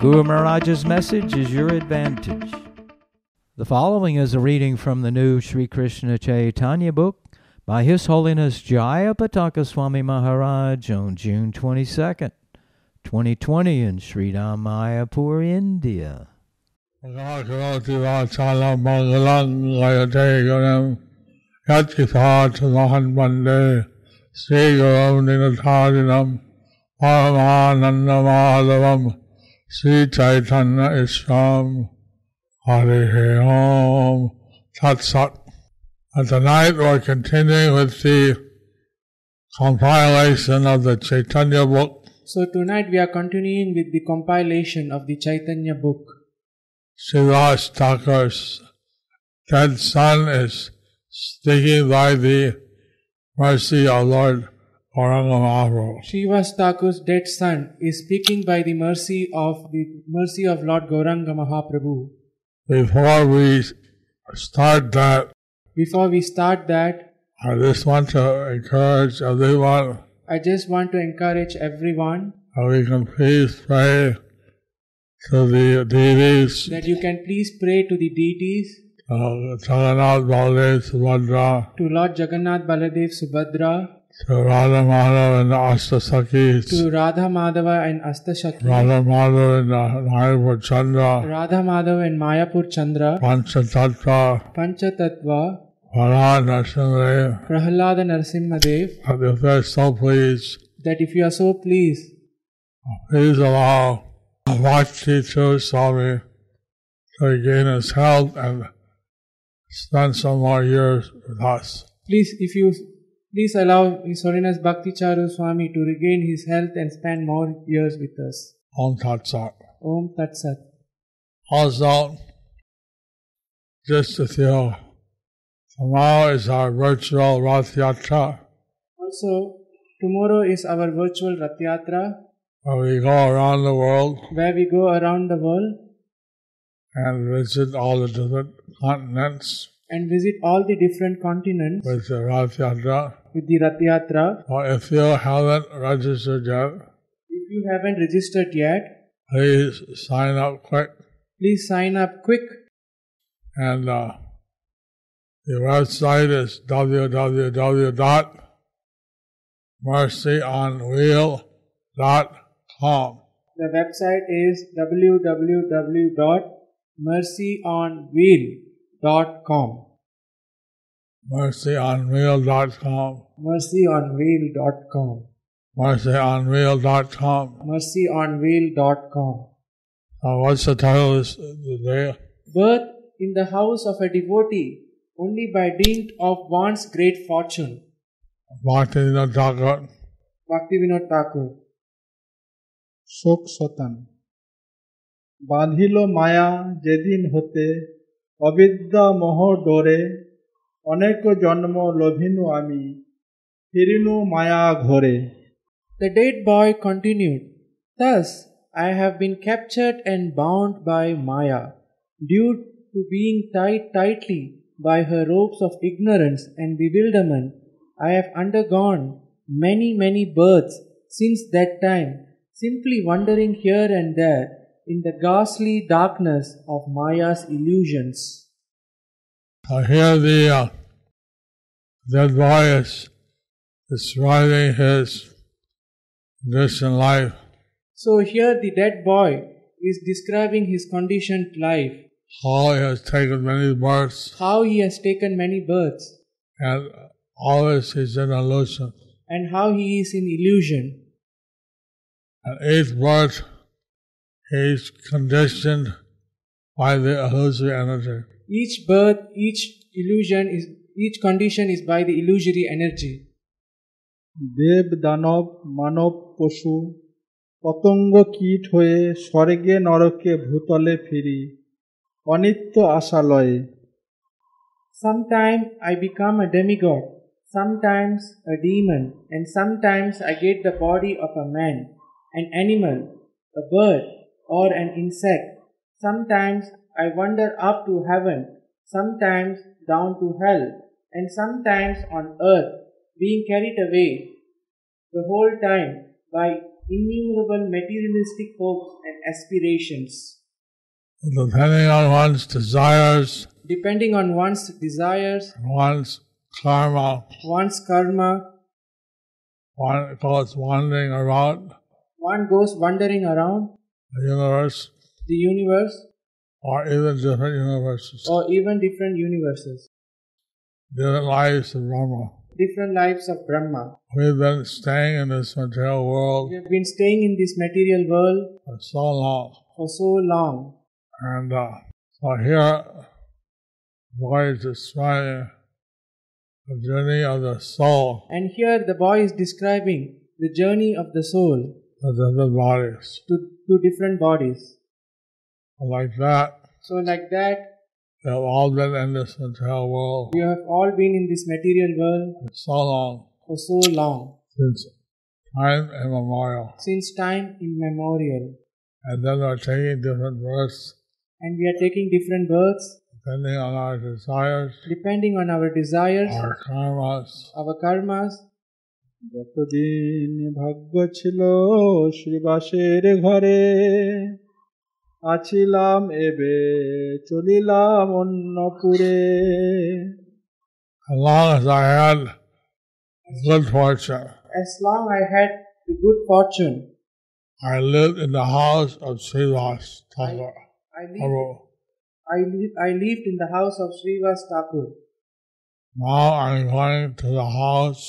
Guru Maharaj's message is your advantage. The following is a reading from the new Sri Krishna Chaitanya book by His Holiness Jaya Pataka Swami Maharaj on June 22nd, 2020 in Sri Mayapur, India. นาคราติราชาลามังกลังกายเตยนะยัตกิธาชนะหันวันเดเสกเรานินทาดินามปามานันนมาลวัมสีใจทันนะอิสรามฮาริเฮอมทัดสัต And tonight we're continuing with the compilation of the Chaitanya book. So tonight we are continuing with the compilation of the Chaitanya book. Shiva's Thakur's dead son is sticking by the mercy of Lord Aurangamahaprabhu. Srivas Thakur's dead son is speaking by the mercy of the mercy of Lord Gauranga Mahaprabhu. Before we start that, Before we start that, I just want to encourage everyone I just want to encourage everyone that we can please pray to the deities, that you can please pray to the deities, uh, Jagannath Baladev Subhadra, to Lord Jagannath Baladev Subhadra, to Radha Madhav and the Astasakis, to Radha Madhava and Astashakti, Radha Madhav and Nayapur Chandra, Radha Madhava and Mayapur Chandra, Panchatattva, Panchatattva, Varad Narasimhadev, Prahlada Narasimhadev, And if they're so pleased, that if you are so pleased, please allow Bhakti True Swami to gain his health and spend some more years with us. Please, if you please allow His Holiness Bhakti Charu Swami to regain his health and spend more years with us. Om Tat Sat. Om Tat Sat. Also, just a few. Tomorrow is our virtual Rath Yatra, Also, tomorrow is our virtual Rath Yatra, where we go around the world where we go around the world and visit all the different continents and visit all the different continents with the Rath Yatra. with the Rath Yatra. So if you haven't registered yet, If you haven't registered yet, please sign up quick. please sign up quick. And uh, the website is www.mercyonwheel.com. The website is www.mercyonwheel.com. Mercyonwheel.com. mercyonwheel.com Mercyonwheel.com. mercyonwheel.com Uh, what's the title this today? birth in the house of a devotee only by dint of one's great fortune Bhaktivinoda Thakur. bhaktivinoda thakur শোক শতান বাঁধিল মায়া যেদিন হতে অবিদ্যা মোহ ডোরে অনেক জন্ম লভিনু আমি ফিরিনু মায়া ঘরে the dead boy continued thus i have been captured and bound by maya due to being tied tightly by her ropes of ignorance and bewilderment i have undergone many many births since that time simply wandering here and there in the ghastly darkness of maya's illusions Uh, here the uh, dead boy is describing his conditioned life. so here the dead boy is describing his conditioned life How he has taken many births how he has taken many births and always he's in illusion. and how he is in illusion. At eighth birth, he's conditioned by the illusory energy. Each birth, each illusion is each condition is by the illusory energy. দেব দানব মানব পশু পতঙ্গ কীট হয়ে স্বর্গে নরকে ভূতলে ফিরি অনিত্য আশালয়ে Sometimes I become a demigod, sometimes a demon, and sometimes I get the body of a man, an animal, a bird, or an insect. Sometimes I wander up to heaven, sometimes down to hell, and sometimes on earth, being carried away the whole time by innumerable materialistic hopes and aspirations. depending on one's desires, Depending on one's desires, one's karma, one's karma, one goes wandering around one goes wandering around the universe the universe or even different universes, or even different universes, different lives of Brahma. different lives of Brahma. We've been staying in this material world We have been staying in this material world for so long. for so long. And uh, so here, boy is describing the journey of the soul And here the boy is describing the journey of the soul to different bodies. to, to different bodies. Like that, So, like that, they've all been in this material world you have all been in this material world for so long, for so long, since time immemorial. since time immemorial. And then we're taking different births And we are taking different births depending on our desires, depending on our desires, our karmas, our karmas, যতদিন ভাগ্য ছিল শ্রীবাসের ঘরে আছিলাম এবে চলিলাম অন্নপুরে as long as I had good fortune, as long I had the good fortune, I lived in the house of Srivas Thakur. I lived, Prabhu. I, lived, I lived in the house of Srivas Thakur. Now I'm going to the house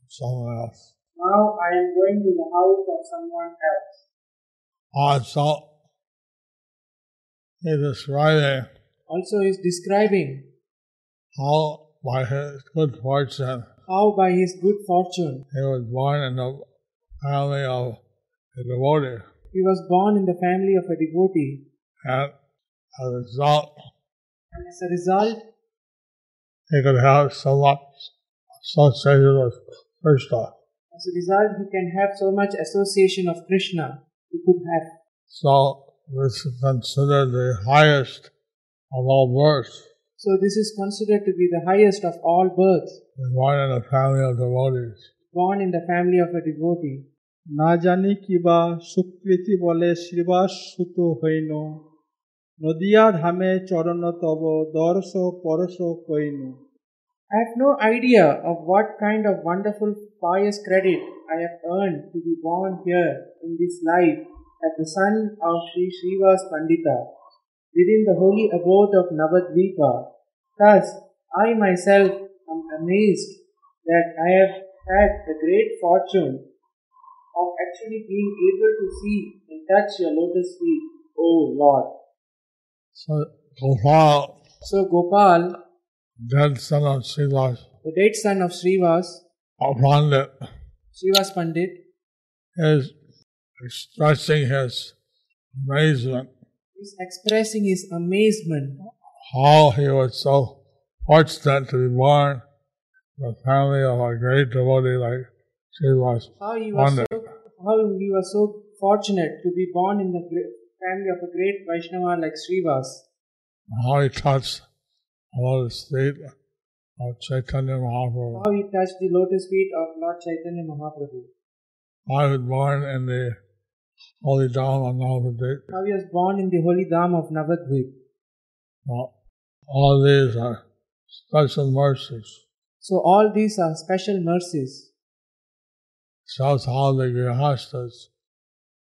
of someone else. Now I am going to the house of someone else. Also, he describing Also, is describing how by his good fortune how by his good fortune he was born in the family of a devotee. he was born in the family of a devotee, And as a result, and as a result, he could have so much associated with Krishna. as a result, he can have so much association of Krishna. He could have. So this is considered the highest of all births. So this is considered to be the highest of all births, He's born in a family of devotees. born in the family of a devotee. না জানি কিবা সুকৃতি বলে শ্রীবাস সুত হইন নদিয়া ধামে চরণ তব দর্শ পরশ কইন I have no idea of what kind of wonderful pious credit I have earned to be born here in this life as the son of Sri Srivas Pandita within the holy abode of Navadvipa. Thus, I myself am amazed that I have had the great fortune of actually being able to see and touch your lotus feet, O Lord. So Gopal, So, Gopal, dead son of Srila the dead son of Srivas, Pandit, Srivas Pandit, is expressing his amazement He's expressing his amazement how he was so fortunate to be born in the family of a great devotee like Srila how he was Pandit. so, how he was so fortunate to be born in the great family of a great Vaishnava like Srivas, How he touched a lotus feet of Chaitanya Mahaprabhu. how he touched the lotus feet of Lord Chaitanya Mahaprabhu, I was born in the holy Dharma of Navadvip. how he was born in the holy Dham of Navadvip. Well, uh, All these are special mercies. So all these are special mercies. shows how the Grihastas,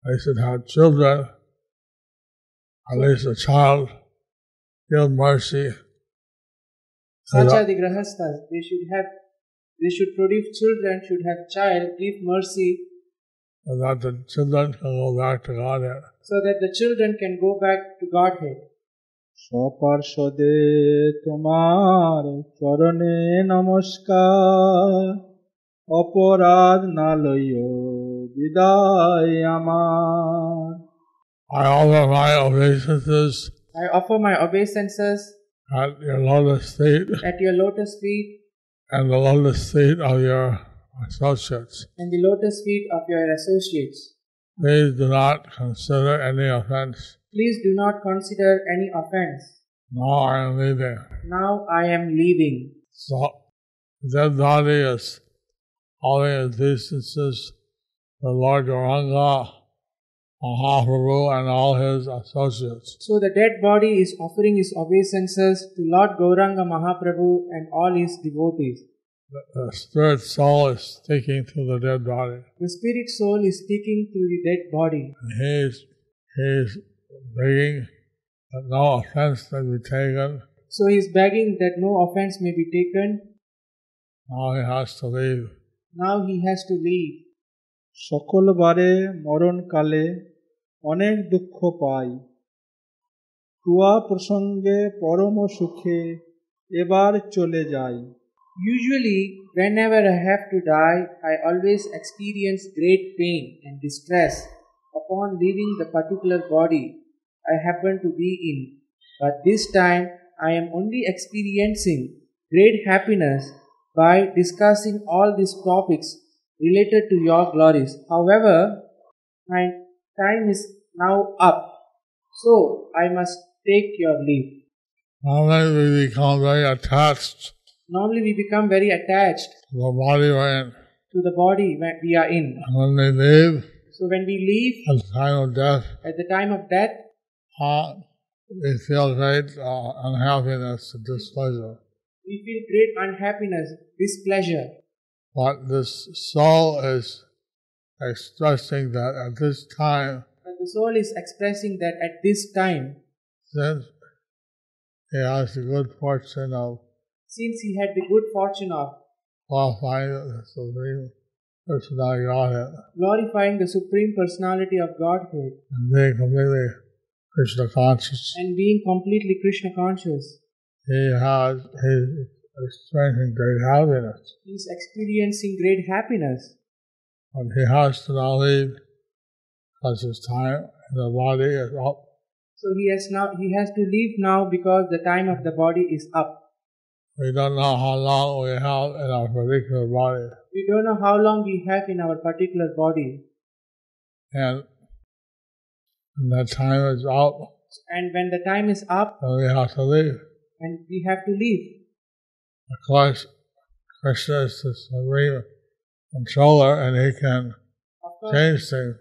they should have children, at least a child, give mercy. Such Yeah. are the grahastas. They should have, they should produce children, should have child, give mercy, so that the children can go back to Godhead. so that the children can go back to Godhead. সপার্শ্বদে তোমার চরণে নমস্কার অপরাধ না লইও বিদায় আমার I offer my obeisances I offer my obeisances at your lotus feet at your lotus feet and the lotus feet of your associates. and the lotus feet of your associates. Please do not consider any offense. Please do not consider any offense. Now I am leaving. Now I am leaving. So, dead body is holding his decencies to Lord Gauranga, Mahaprabhu, and all his associates. So the dead body is offering his obeisances to Lord Gauranga Mahaprabhu and all his devotees. The- The spirit soul is sticking to the dead body. The spirit soul is sticking to the dead body. And he's, he's begging that no offense may be taken. So he is begging that no offense may be taken. Now he has to leave. Now he has to leave. সকলবারে মরণকালে অনেক দুঃখ পাই টুয়া প্রসঙ্গে পরম সুখে এবার চলে যাই Usually, whenever I have to die, I always experience great pain and distress upon leaving the particular body I happen to be in. But this time, I am only experiencing great happiness by discussing all these topics related to your glories. However, my time is now up, so I must take your leave. Normally we become very attached Normally, we become very attached to the body we're in. to the body where we are in. And when they leave So when we leave at the time of death, at the time of death, uh, they feel great uh, unhappiness and displeasure. we feel great unhappiness, displeasure. But this soul is expressing that at this time, But the soul is expressing that at this time, since he has the good fortune of since he had the good fortune of qualifying the Supreme Personality Godhead glorifying the Supreme Personality of Godhood and being completely Krishna conscious, and being completely Krishna conscious, he has he's experiencing great happiness. he is experiencing great happiness. But he has to now leave because his time in the body is up. So he has now he has to leave now because the time of the body is up. We don't know how long we have in our particular body. We don't know how long we have in our particular body, And when that time is up, and when the time is up, then we have to leave. and we have to leave. Of course, Krishna is the supreme controller and he can Of course, change things.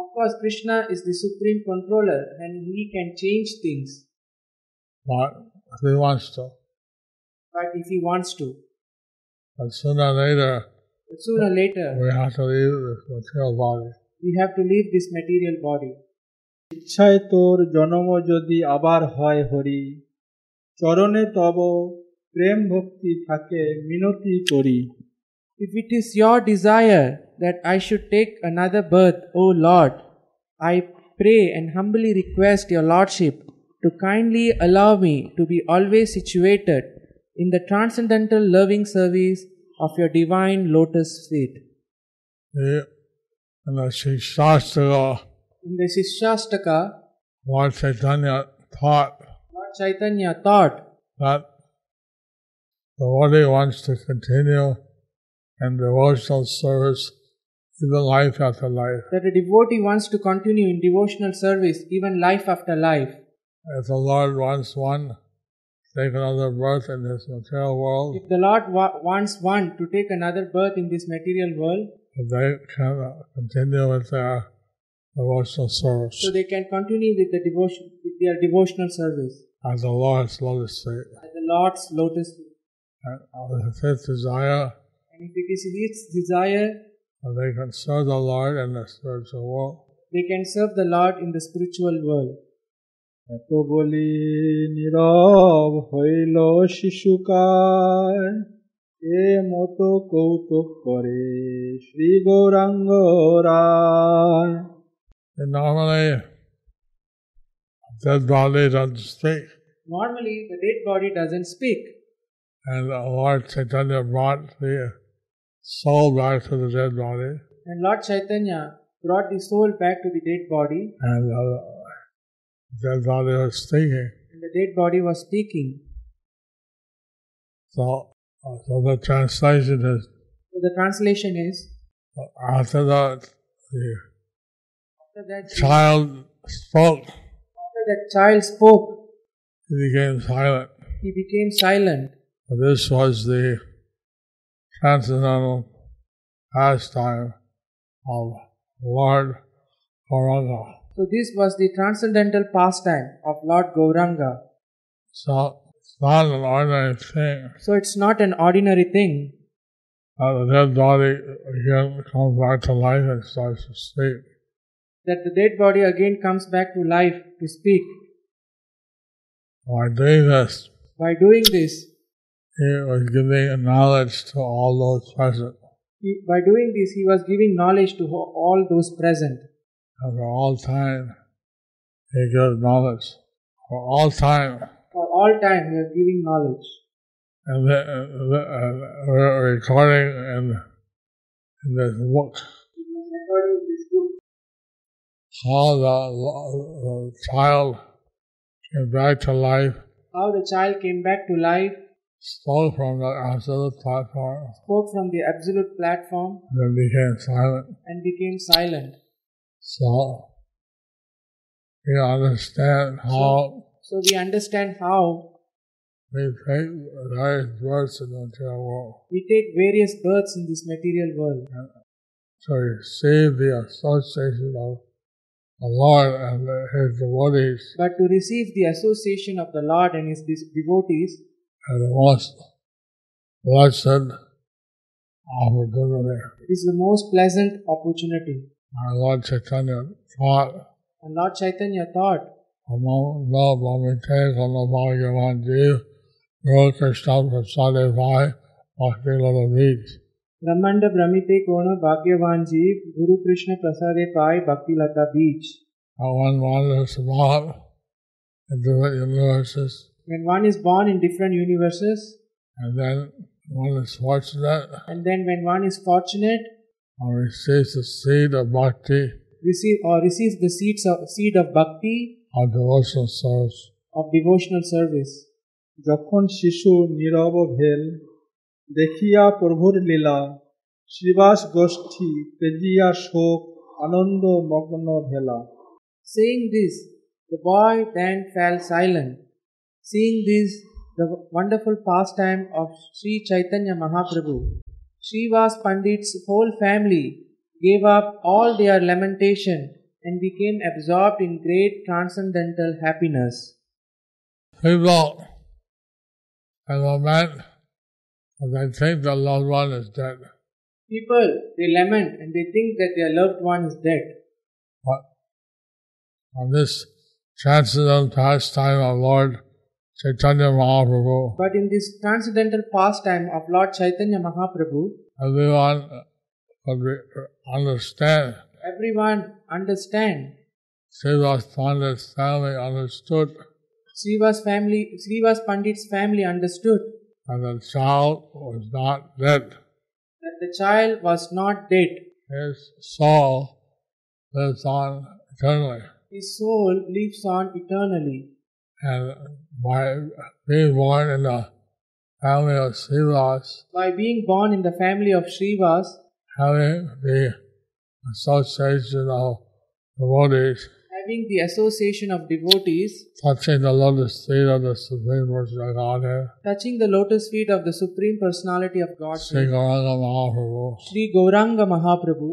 Of course, Krishna is the supreme controller and he can change things, But if he wants to. but if he wants to. But sooner or later, But sooner or later, we have to leave this material body. we have to leave this material body. ইচ্ছায় তোর জন্ম যদি আবার হয় হরি চরণে তব প্রেম ভক্তি থাকে মিনতি করি If it is your desire that I should take another birth, O Lord, I pray and humbly request your Lordship to kindly allow me to be always situated in the transcendental loving service of your divine lotus feet. He, and the Sri Shastra, In the Shishastaka, Lord Chaitanya taught Lord Chaitanya thought that the devotee wants to continue in devotional service even life after life. that a devotee wants to continue in devotional service even life after life. If the Lord wants one, take another birth in this material world, If the Lord wa- wants one to take another birth in this material world, and they can uh, continue with their devotional service so they can continue with the devotion, with their devotional service as the Lord's lotus feet. at the Lord's lotus feet. And uh, if it's desire, And if it is its desire, and they can serve the Lord in the spiritual world. they can serve the Lord in the spiritual world. এত বলি নীরব হইল শিশুকার এ মতো কৌতুক করে শ্রী গৌরাঙ্গ রায় And normally, a dead body doesn't speak. Normally, the dead body doesn't speak. And the Lord Chaitanya brought the soul back to the dead body And Lord Chaitanya brought the soul back to the dead body, And uh, the body was thinking. and the dead body was speaking. So, uh, so the translation is So the translation is uh, after that, the after that, child spoke, after that child spoke, he became silent. he became silent. This was the transcendental pastime of Lord Gauranga. So this was the transcendental pastime of Lord Gauranga. So it's not an ordinary thing So it's not an ordinary thing that the dead body again comes back to life and starts to sleep. that the dead body again comes back to life to speak. By doing this, By doing this, he was giving knowledge to all those present. he, by doing this, he was giving knowledge to ho- all those present. And for all time, he gives knowledge. For all time, For all time, he was giving knowledge. and, the, and the- and we're recording in, in this book He was recording this book, how the, the child came back to life, How the child came back to life, stole from the absolute platform, spoke from the absolute platform, and then became silent. and became silent. So we understand how So we understand how we take various births in the material world we take various births in this material world to receive the association of the Lord and His devotees but to receive the association of the Lord and His dis- devotees and the most blessed opportunity. is the most pleasant opportunity. Our Lord Chaitanya taught And Lord Chaitanya thought, among the Bhamites on the Bhagavan Dev, Guru Krishna Prasade Bhai, Bhakti Lala Beach. Brahmanda Brahmite Kona Bhagyavan Jeev Guru Krishna Prasade Pai Bhakti Lata Beach. How one wanders about in different universes, When one is born in different universes, and then one is fortunate and then when one is fortunate, and receives the seed of Bhakti receive or receives the seeds of, seed of bhakti of devotional service. of devotional service. যখন শিশু নীরব ভেল দেখিয়া প্রভুর লীলা শ্রীবাস গোষ্ঠী তেজিয়া শোক আনন্দ মগ্ন ভেলা Saying this, the boy then fell silent. Seeing this, the wonderful pastime of Sri Chaitanya Mahaprabhu, Srivas Pandit's whole family gave up all their lamentation and became absorbed in great transcendental happiness. People and lament when they think their loved one is dead. People, they lament and they think that their loved one is dead. But on this transcendental pastime of Lord Chaitanya Mahaprabhu, But in this transcendental pastime of Lord Chaitanya Mahaprabhu, everyone could re- understand. everyone understand Srivas Pandit's family understood Srivas family, Srivas Pandit's family understood and the child was not dead. that the child was not dead. His soul lives on eternally. His soul lives on eternally. And by being born in the family of Sivas, By being born in the family of Srivas, having the association of devotees, having the association of devotees, touching the lotus feet of the Supreme Personality of Godhead, touching the lotus feet of the Supreme Personality of Sri Godhead, Gauranga Mahaprabhu, Sri Gauranga Mahaprabhu,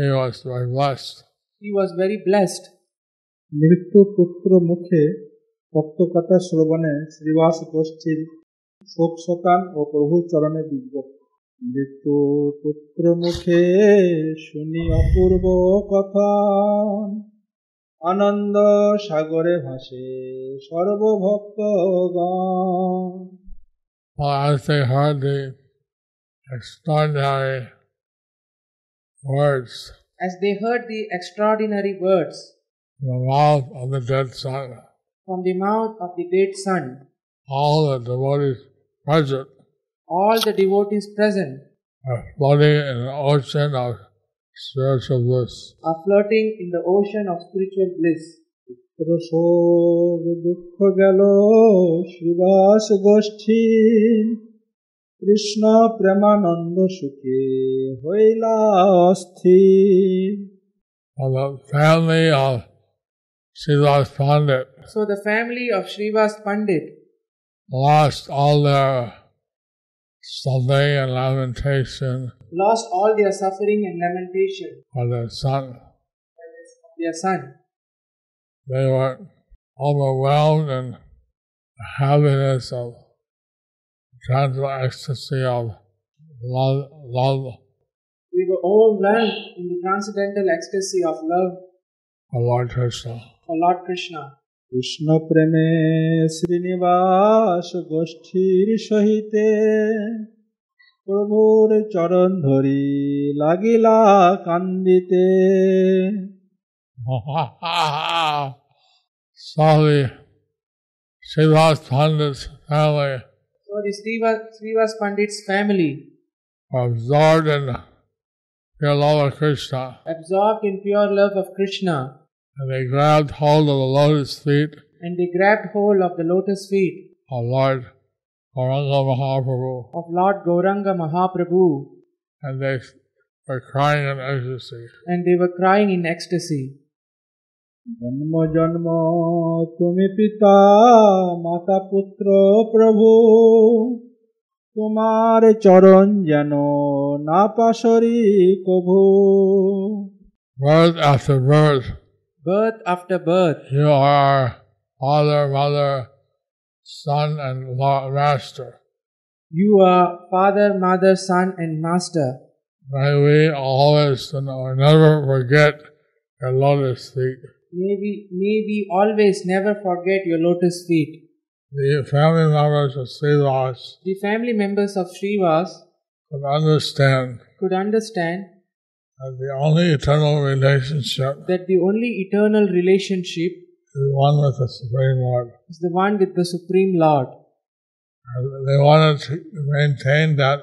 he was very blessed. he was very blessed. মৃত্যু পুত্র মুখে ভক্তকথা শ্রবণে শ্রীবাস গোষ্ঠীর শোক শোকান ও প্রভু চরণে বিজ্ঞপ্তি মৃত্যু পুত্র মুখে শুনি অপূর্ব কথা আনন্দ সাগরে ভাসে Well, সর্বভক্তগণ as they heard the extraordinary words As they heard the extraordinary words from the mouth of the dead son, from the mouth of the dead son, all the devotees present all the devotees present are floating in an ocean of spiritual bliss. are floating in the ocean of spiritual bliss. রসোগ দুঃখ গেল শ্রীবাস গোষ্ঠী কৃষ্ণ প্রেমানন্দ সুখে হইলা অস্থির And the family of Silas Pandit So the family of Shrivas Pandit lost all their something and lamentation lost all their suffering and lamentation for their son. of their son. They were overwhelmed in the happiness of gentle ecstasy of love, love We were overwhelmed in the transcendental ecstasy of love for Lord Krishna. for Lord Krishna. Krishna প্রেমে শ্রীনিবাস গোষ্ঠীর সহিতে প্রভুর চরণ ধরি লাগিলা কান্দিতে So the Shiva's Pandit's family So the Sriva- Srivas Pandit's family, were absorbed in their love of Krishna absorbed in pure love of Krishna, and they grabbed hold of the lotus feet and they grabbed hold of the lotus feet of Lord Gauranga Mahaprabhu of Lord Gauranga Mahaprabhu, and they were crying in ecstasy. and they were crying in ecstasy. জন্ম জন্ম তুমি পিতা মাতা পুত্র প্রভু তোমার চরণ যেন না পাশরি কভু Birth after birth, Birth after birth, you are father, mother, son, and lo- master. you are father, mother, son, and master. May we always and never forget your lotus feet. May we, may we always never forget your lotus feet. The family members of Silas The family members of Srivas could understand could understand that the only eternal relationship that the only eternal relationship is one with the Supreme Lord. is the one with the Supreme Lord. And they wanted to maintain that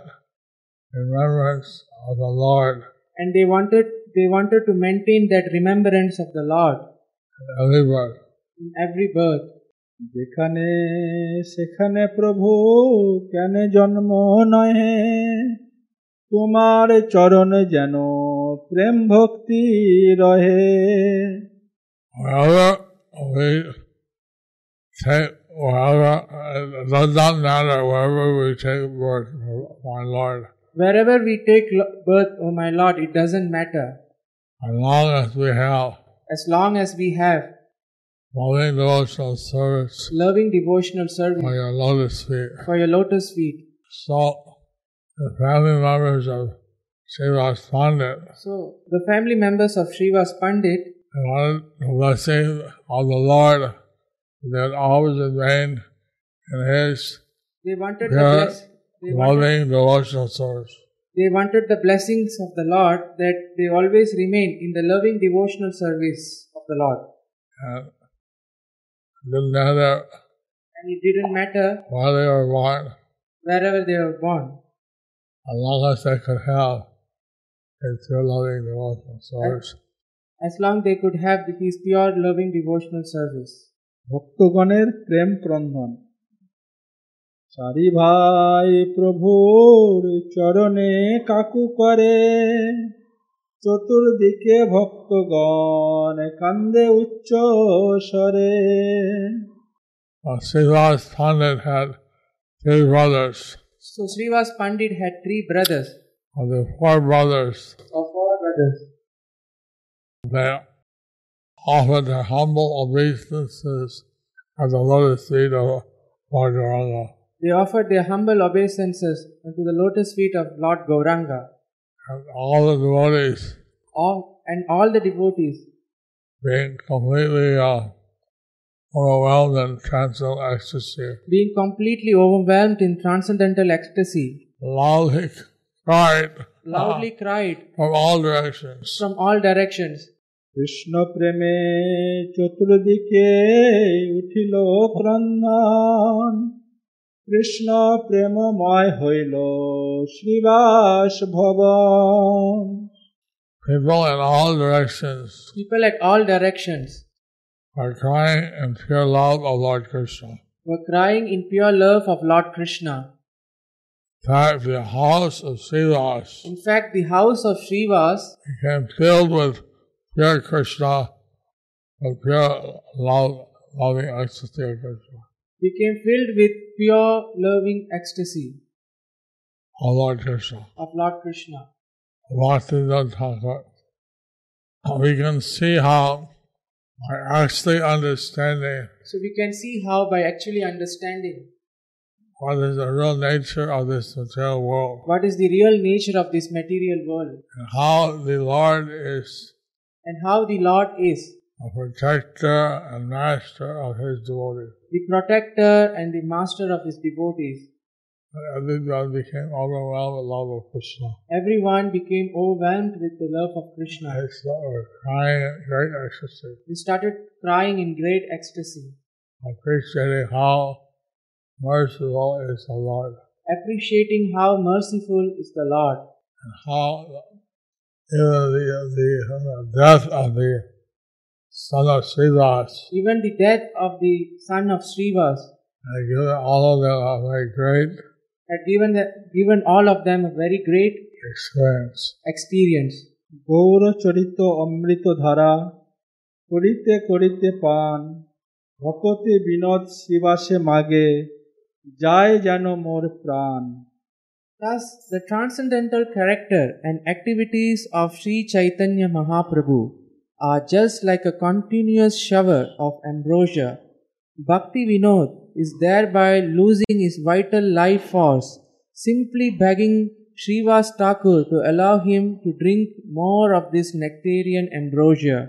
remembrance of the Lord and they wanted they wanted to maintain that remembrance of the Lord in every birth. in every birth. যেখানে সেখানে প্রভু কেন জন্ম নহে তোমার চরণ যেন প্রেম ভক্তি রহে Wherever we take, wherever, it does not uh, matter wherever we take birth, my Lord, Wherever we take lo- birth, O my Lord, it doesn't matter. as long as we have As long as we have loving devotional service loving devotional for service your lotus feet. for your lotus feet. So the family members of Srivas Pandit So the family members of Srivas Pandit and wanted the blessing of the Lord that always remained in his they wanted the Yeah. bless, they, wanted, loving devotional service. they wanted the blessings of the Lord that they always remain in the loving devotional service of the Lord. And it didn't matter And it didn't matter where they were born, wherever they were born. as long as they could have his true loving devotional service. as long they could have his pure loving devotional service. ভক্তগণের প্রেম ক্রন্দন চারি ভাই প্রভুর চরণে কাকু করে চতুর্দিকে ভক্তগণ কান্দে উচ্চ স্বরে Now, Srivas Pandit had three brothers, So Srivas Pandit had three brothers of the four brothers or four brothers. They offered their humble obeisances at the lotus feet of Lord Gauranga. They offered their humble obeisances unto the lotus feet of Lord Gauranga. And all the devotees All, and all the devotees being completely uh, overwhelmed in transcendental ecstasy, being completely overwhelmed in transcendental ecstasy loudly cried uh, loudly cried from all directions. from all directions Krishna প্রেমে চতুর্দিকে উঠিল ক্রন্দন কৃষ্ণ প্রেমময় হইল শ্রীবাস ভবন People in all directions People at all directions are crying in pure love of Lord Krishna. were crying in pure love of Lord Krishna. In fact, the house of Sivas In fact, the house of Srivas became filled with pure Krishna, with pure love, loving ecstasy of Krishna, became filled with pure loving ecstasy of Lord Krishna. of Lord Krishna. Bhaktivedanta Thakur. We can see how by actually understanding So we can see how by actually understanding what is the real nature of this material world what is the real nature of this material world and how the Lord is and how the Lord is a protector and master of his devotees. the protector and the master of his devotees. And everyone became overwhelmed with love of Krishna. Everyone became overwhelmed with the love of Krishna. They started crying in great ecstasy, They started crying in great ecstasy, appreciating how merciful is the Lord appreciating how merciful is the Lord and how even the, the, the death of the son of Sivas Even the death of the son of Srivas and given all of them a very great had given, the, given all of them a very great experience. experience. গৌরচরিত অমৃত ধারা করিতে করিতে পান ভকতে বিনোদ শিবাসে মাগে যায় যেন মোর প্রাণ Thus, the transcendental character and activities of Sri Chaitanya Mahaprabhu are just like a continuous shower of ambrosia. Bhakti Vinod is thereby losing his vital life force, simply begging Srivas Thakur to allow him to drink more of this nectarian ambrosia.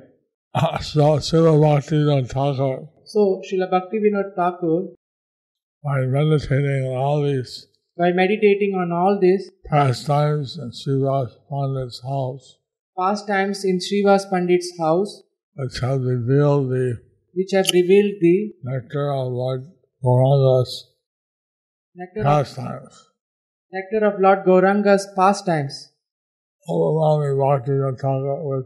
so Srila Bhaktivinoda Thakur, So, Srila Bhakti Vinod Thakur, by meditating on all these by meditating on all this, pastimes in Srivas Pandit's house, pastimes in Srivas Pandit's house, which have revealed the which have revealed the nectar of Lord Gauranga's nectar of pastimes, Nectar of Lord Gauranga's pastimes, overwhelming Bhaktivinoda Thakur with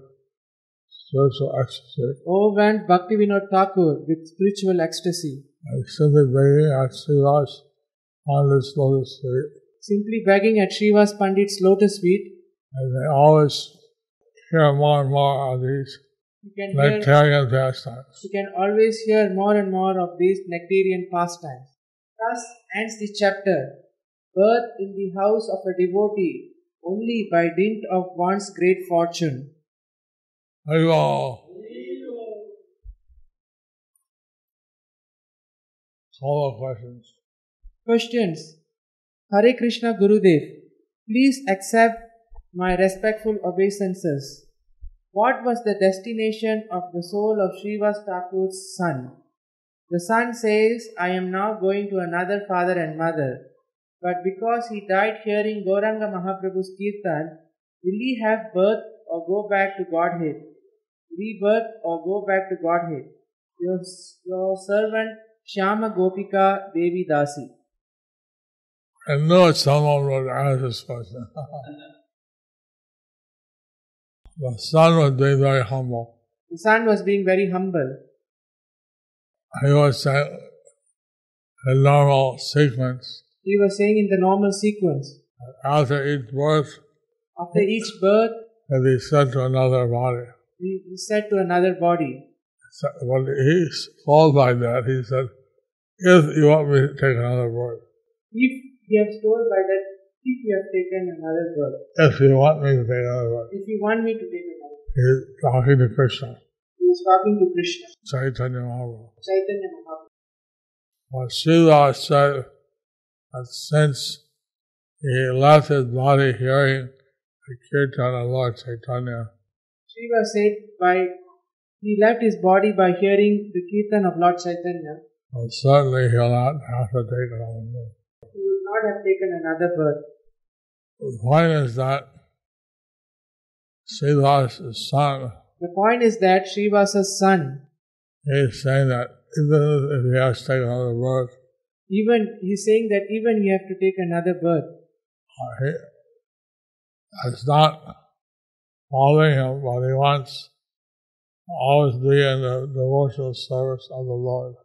spiritual ecstasy. overwhelmed Bhaktivinoda Thakur with spiritual ecstasy, And simply being at Srivas Pandit's lotus feet. simply begging at Srivas Pandit's lotus feet, And they always hear more and more of these you can, hear, nectarian pastimes. you can always hear more and more of these nectarian pastimes. Thus ends the chapter, birth in the house of a devotee only by dint of one's great fortune. Very well. Follow questions. Questions Hare Krishna Gurudev, please accept my respectful obeisances. What was the destination of the soul of Srivas Thakur's son? The son says, I am now going to another father and mother. But because he died hearing Gauranga Mahaprabhu's Kirtan, will he have birth or go back to Godhead? Rebirth or go back to Godhead? Your, your servant Shyama Gopika Devi Dasi. I knew someone would ask this question. the son would be very humble. The son was being very humble. He was saying the normal sequence. He was saying in the normal sequence After each birth, after each birth, he'd be sent to another body. he he said to another body. So when he called by that, he said, if you want me to take another birth, If he has told by that, if you have taken another birth, if you want me to take another birth, if you want me to take another, he's talking to Krishna, he was talking to Krishna, Chaitanya Mahaprabhu. Chaitanya Mahaprabhu. What Srila said that since he left his body hearing the kirtan of Lord Chaitanya, Shiva said by he left his body by hearing the kirtan of Lord Chaitanya. well, certainly he'll not have to take another birth. He would not have taken another birth. The point is that Sriva's son The point is that Shiva's son, is saying that even if he has to take another birth, even he's saying that even you have to take another birth. Uh, he- It's not following him, but he wants to always be in the devotional service of the Lord.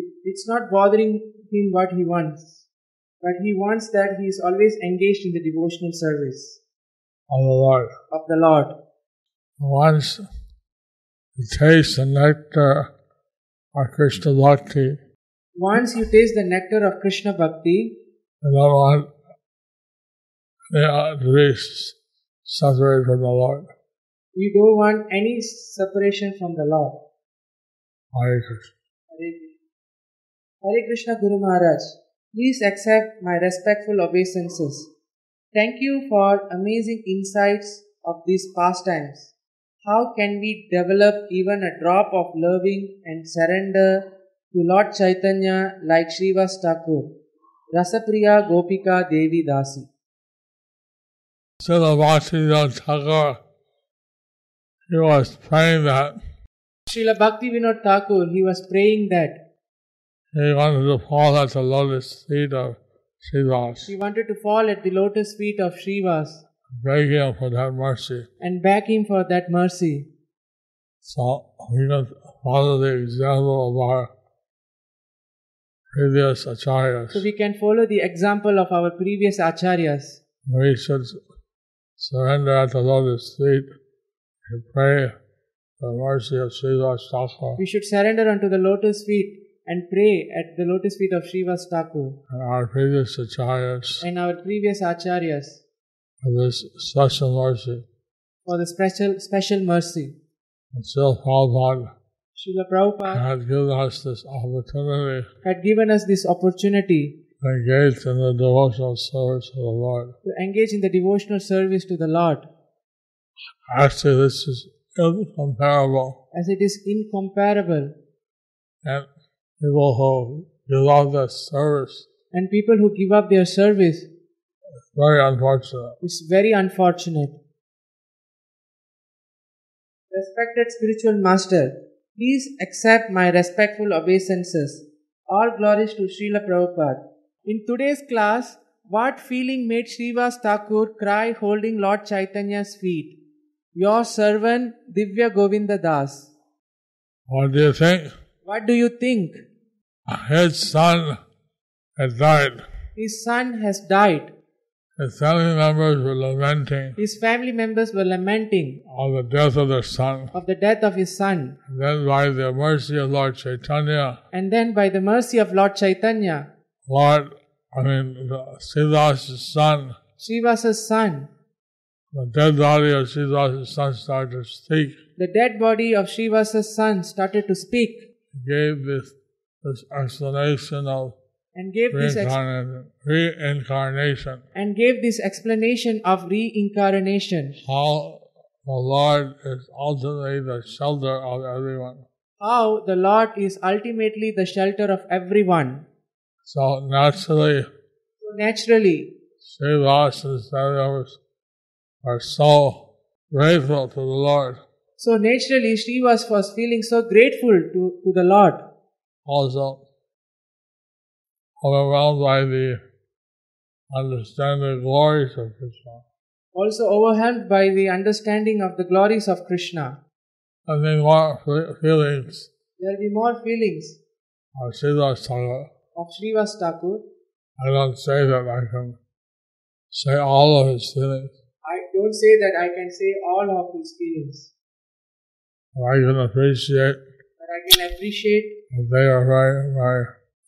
It- It's not bothering him what he wants, but he wants that he is always engaged in the devotional service Of the Lord. of the Lord. Once you taste the nectar of Krishna Bhakti, you Once you taste the nectar of Krishna Bhakti, don't want yeah, to be s- separated from the Lord. you don't want any separation from the Lord. Hare Krishna. Hare Krishna. Hare Krishna Guru Maharaj, please accept my respectful obeisances. Thank you for amazing insights of these pastimes. How can we develop even a drop of loving and surrender to Lord Chaitanya like Srivas Thakur? Rasapriya Gopika Devi Dasi. Srila Bhaktivinoda Thakur, he was praying that Srila Bhaktivinoda Thakur, he was praying that he wanted to fall at the lotus feet of Srivas, he wanted to fall at the lotus feet of Srivas begging him for that mercy. and beg him for that mercy. So we must follow the example of our previous acharyas. So we can follow the example of our previous acharyas. we should surrender at the lotus feet and pray for the mercy of Srila Thakur We should surrender unto the lotus feet and pray at the lotus feet of Srivas Thakur and our previous acharyas and our previous acharyas for this special mercy. for the special special mercy. And still Prabhupada Srila Prabhupada had given us this opportunity had given us this opportunity to engage in the devotional service of the Lord. to engage in the devotional service to the Lord, Actually, this is incomparable. as it is incomparable. And people who give up that service, And people who give up their service it's very unfortunate. is very unfortunate. Respected spiritual master, please accept my respectful obeisances. All glories to Srila Prabhupada. In today's class, what feeling made Srivas Thakur cry holding Lord Chaitanya's feet? Your servant Divya Govinda Das. What do you think? What do you think? His son had died. His son has died. His family members were lamenting His family members were lamenting on the death of their son. of the death of his son. And then, by the mercy of Lord Chaitanya, And then, by the mercy of Lord Chaitanya, Lord, I mean, the- Siddhas' son, Shiva's son, the dead body of Siddhas' son started to speak. the dead body of Shiva's son, started to speak He gave this, this explanation of and gave this ex- reincarnation, reincarnation, and gave this explanation of reincarnation. how the Lord is ultimately the shelter of everyone. How the Lord is ultimately the shelter of everyone. So naturally, So naturally, Srivas and Sadhavas are so grateful to the Lord. so naturally, Srivas was feeling so grateful to, to the Lord, Also, overwhelmed by the understanding glories of Krishna. also overwhelmed by the understanding of the glories of Krishna. And the more fe- feelings There will be more feelings of Siddhas Thakur. of Srivas Thakur. I don't say that I can say all of his feelings. I don't say that I can say all of his feelings, but I can appreciate but I can appreciate that they are very, very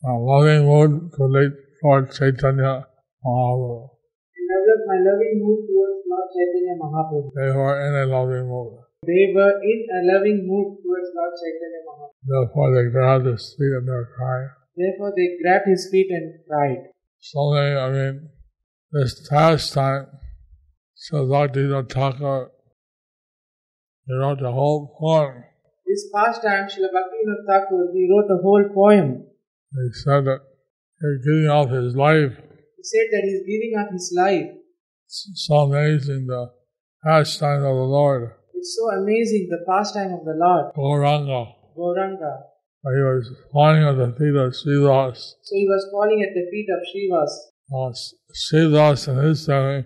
uh, loving mood to lead toward Chaitanya Mahaprabhu. and develop my loving mood towards Lord Chaitanya Mahaprabhu. They were in a loving mood. They were in a loving mood towards Lord Chaitanya Mahaprabhu. Therefore, they grabbed his feet and they were crying. Therefore, they grabbed his feet and cried. So they, I mean, this past time, so Bhakti Thakur, he wrote the whole poem. This past time, Srila Bhaktivinoda Thakur, he wrote a whole poem. He said that he's giving up his life. He said that he's giving up his life. It's so amazing, the pastime of the Lord, It's so amazing, the pastime of the Lord, Gauranga. Gauranga. He was falling at the feet of Siddhas. So he was falling at the feet of Shivas. Uh, Siddhas and his family,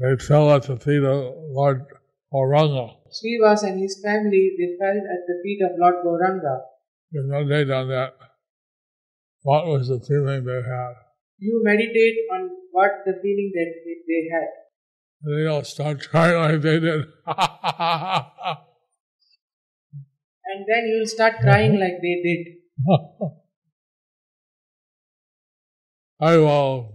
they fell at the feet of Lord Gauranga. Srivas and his family they fell at the feet of Lord Gauranga. If not they done that, what was the feeling they had? You meditate on what the feeling that they- they had. They don't start crying like they did. That's And then you'll start crying like they did. I will.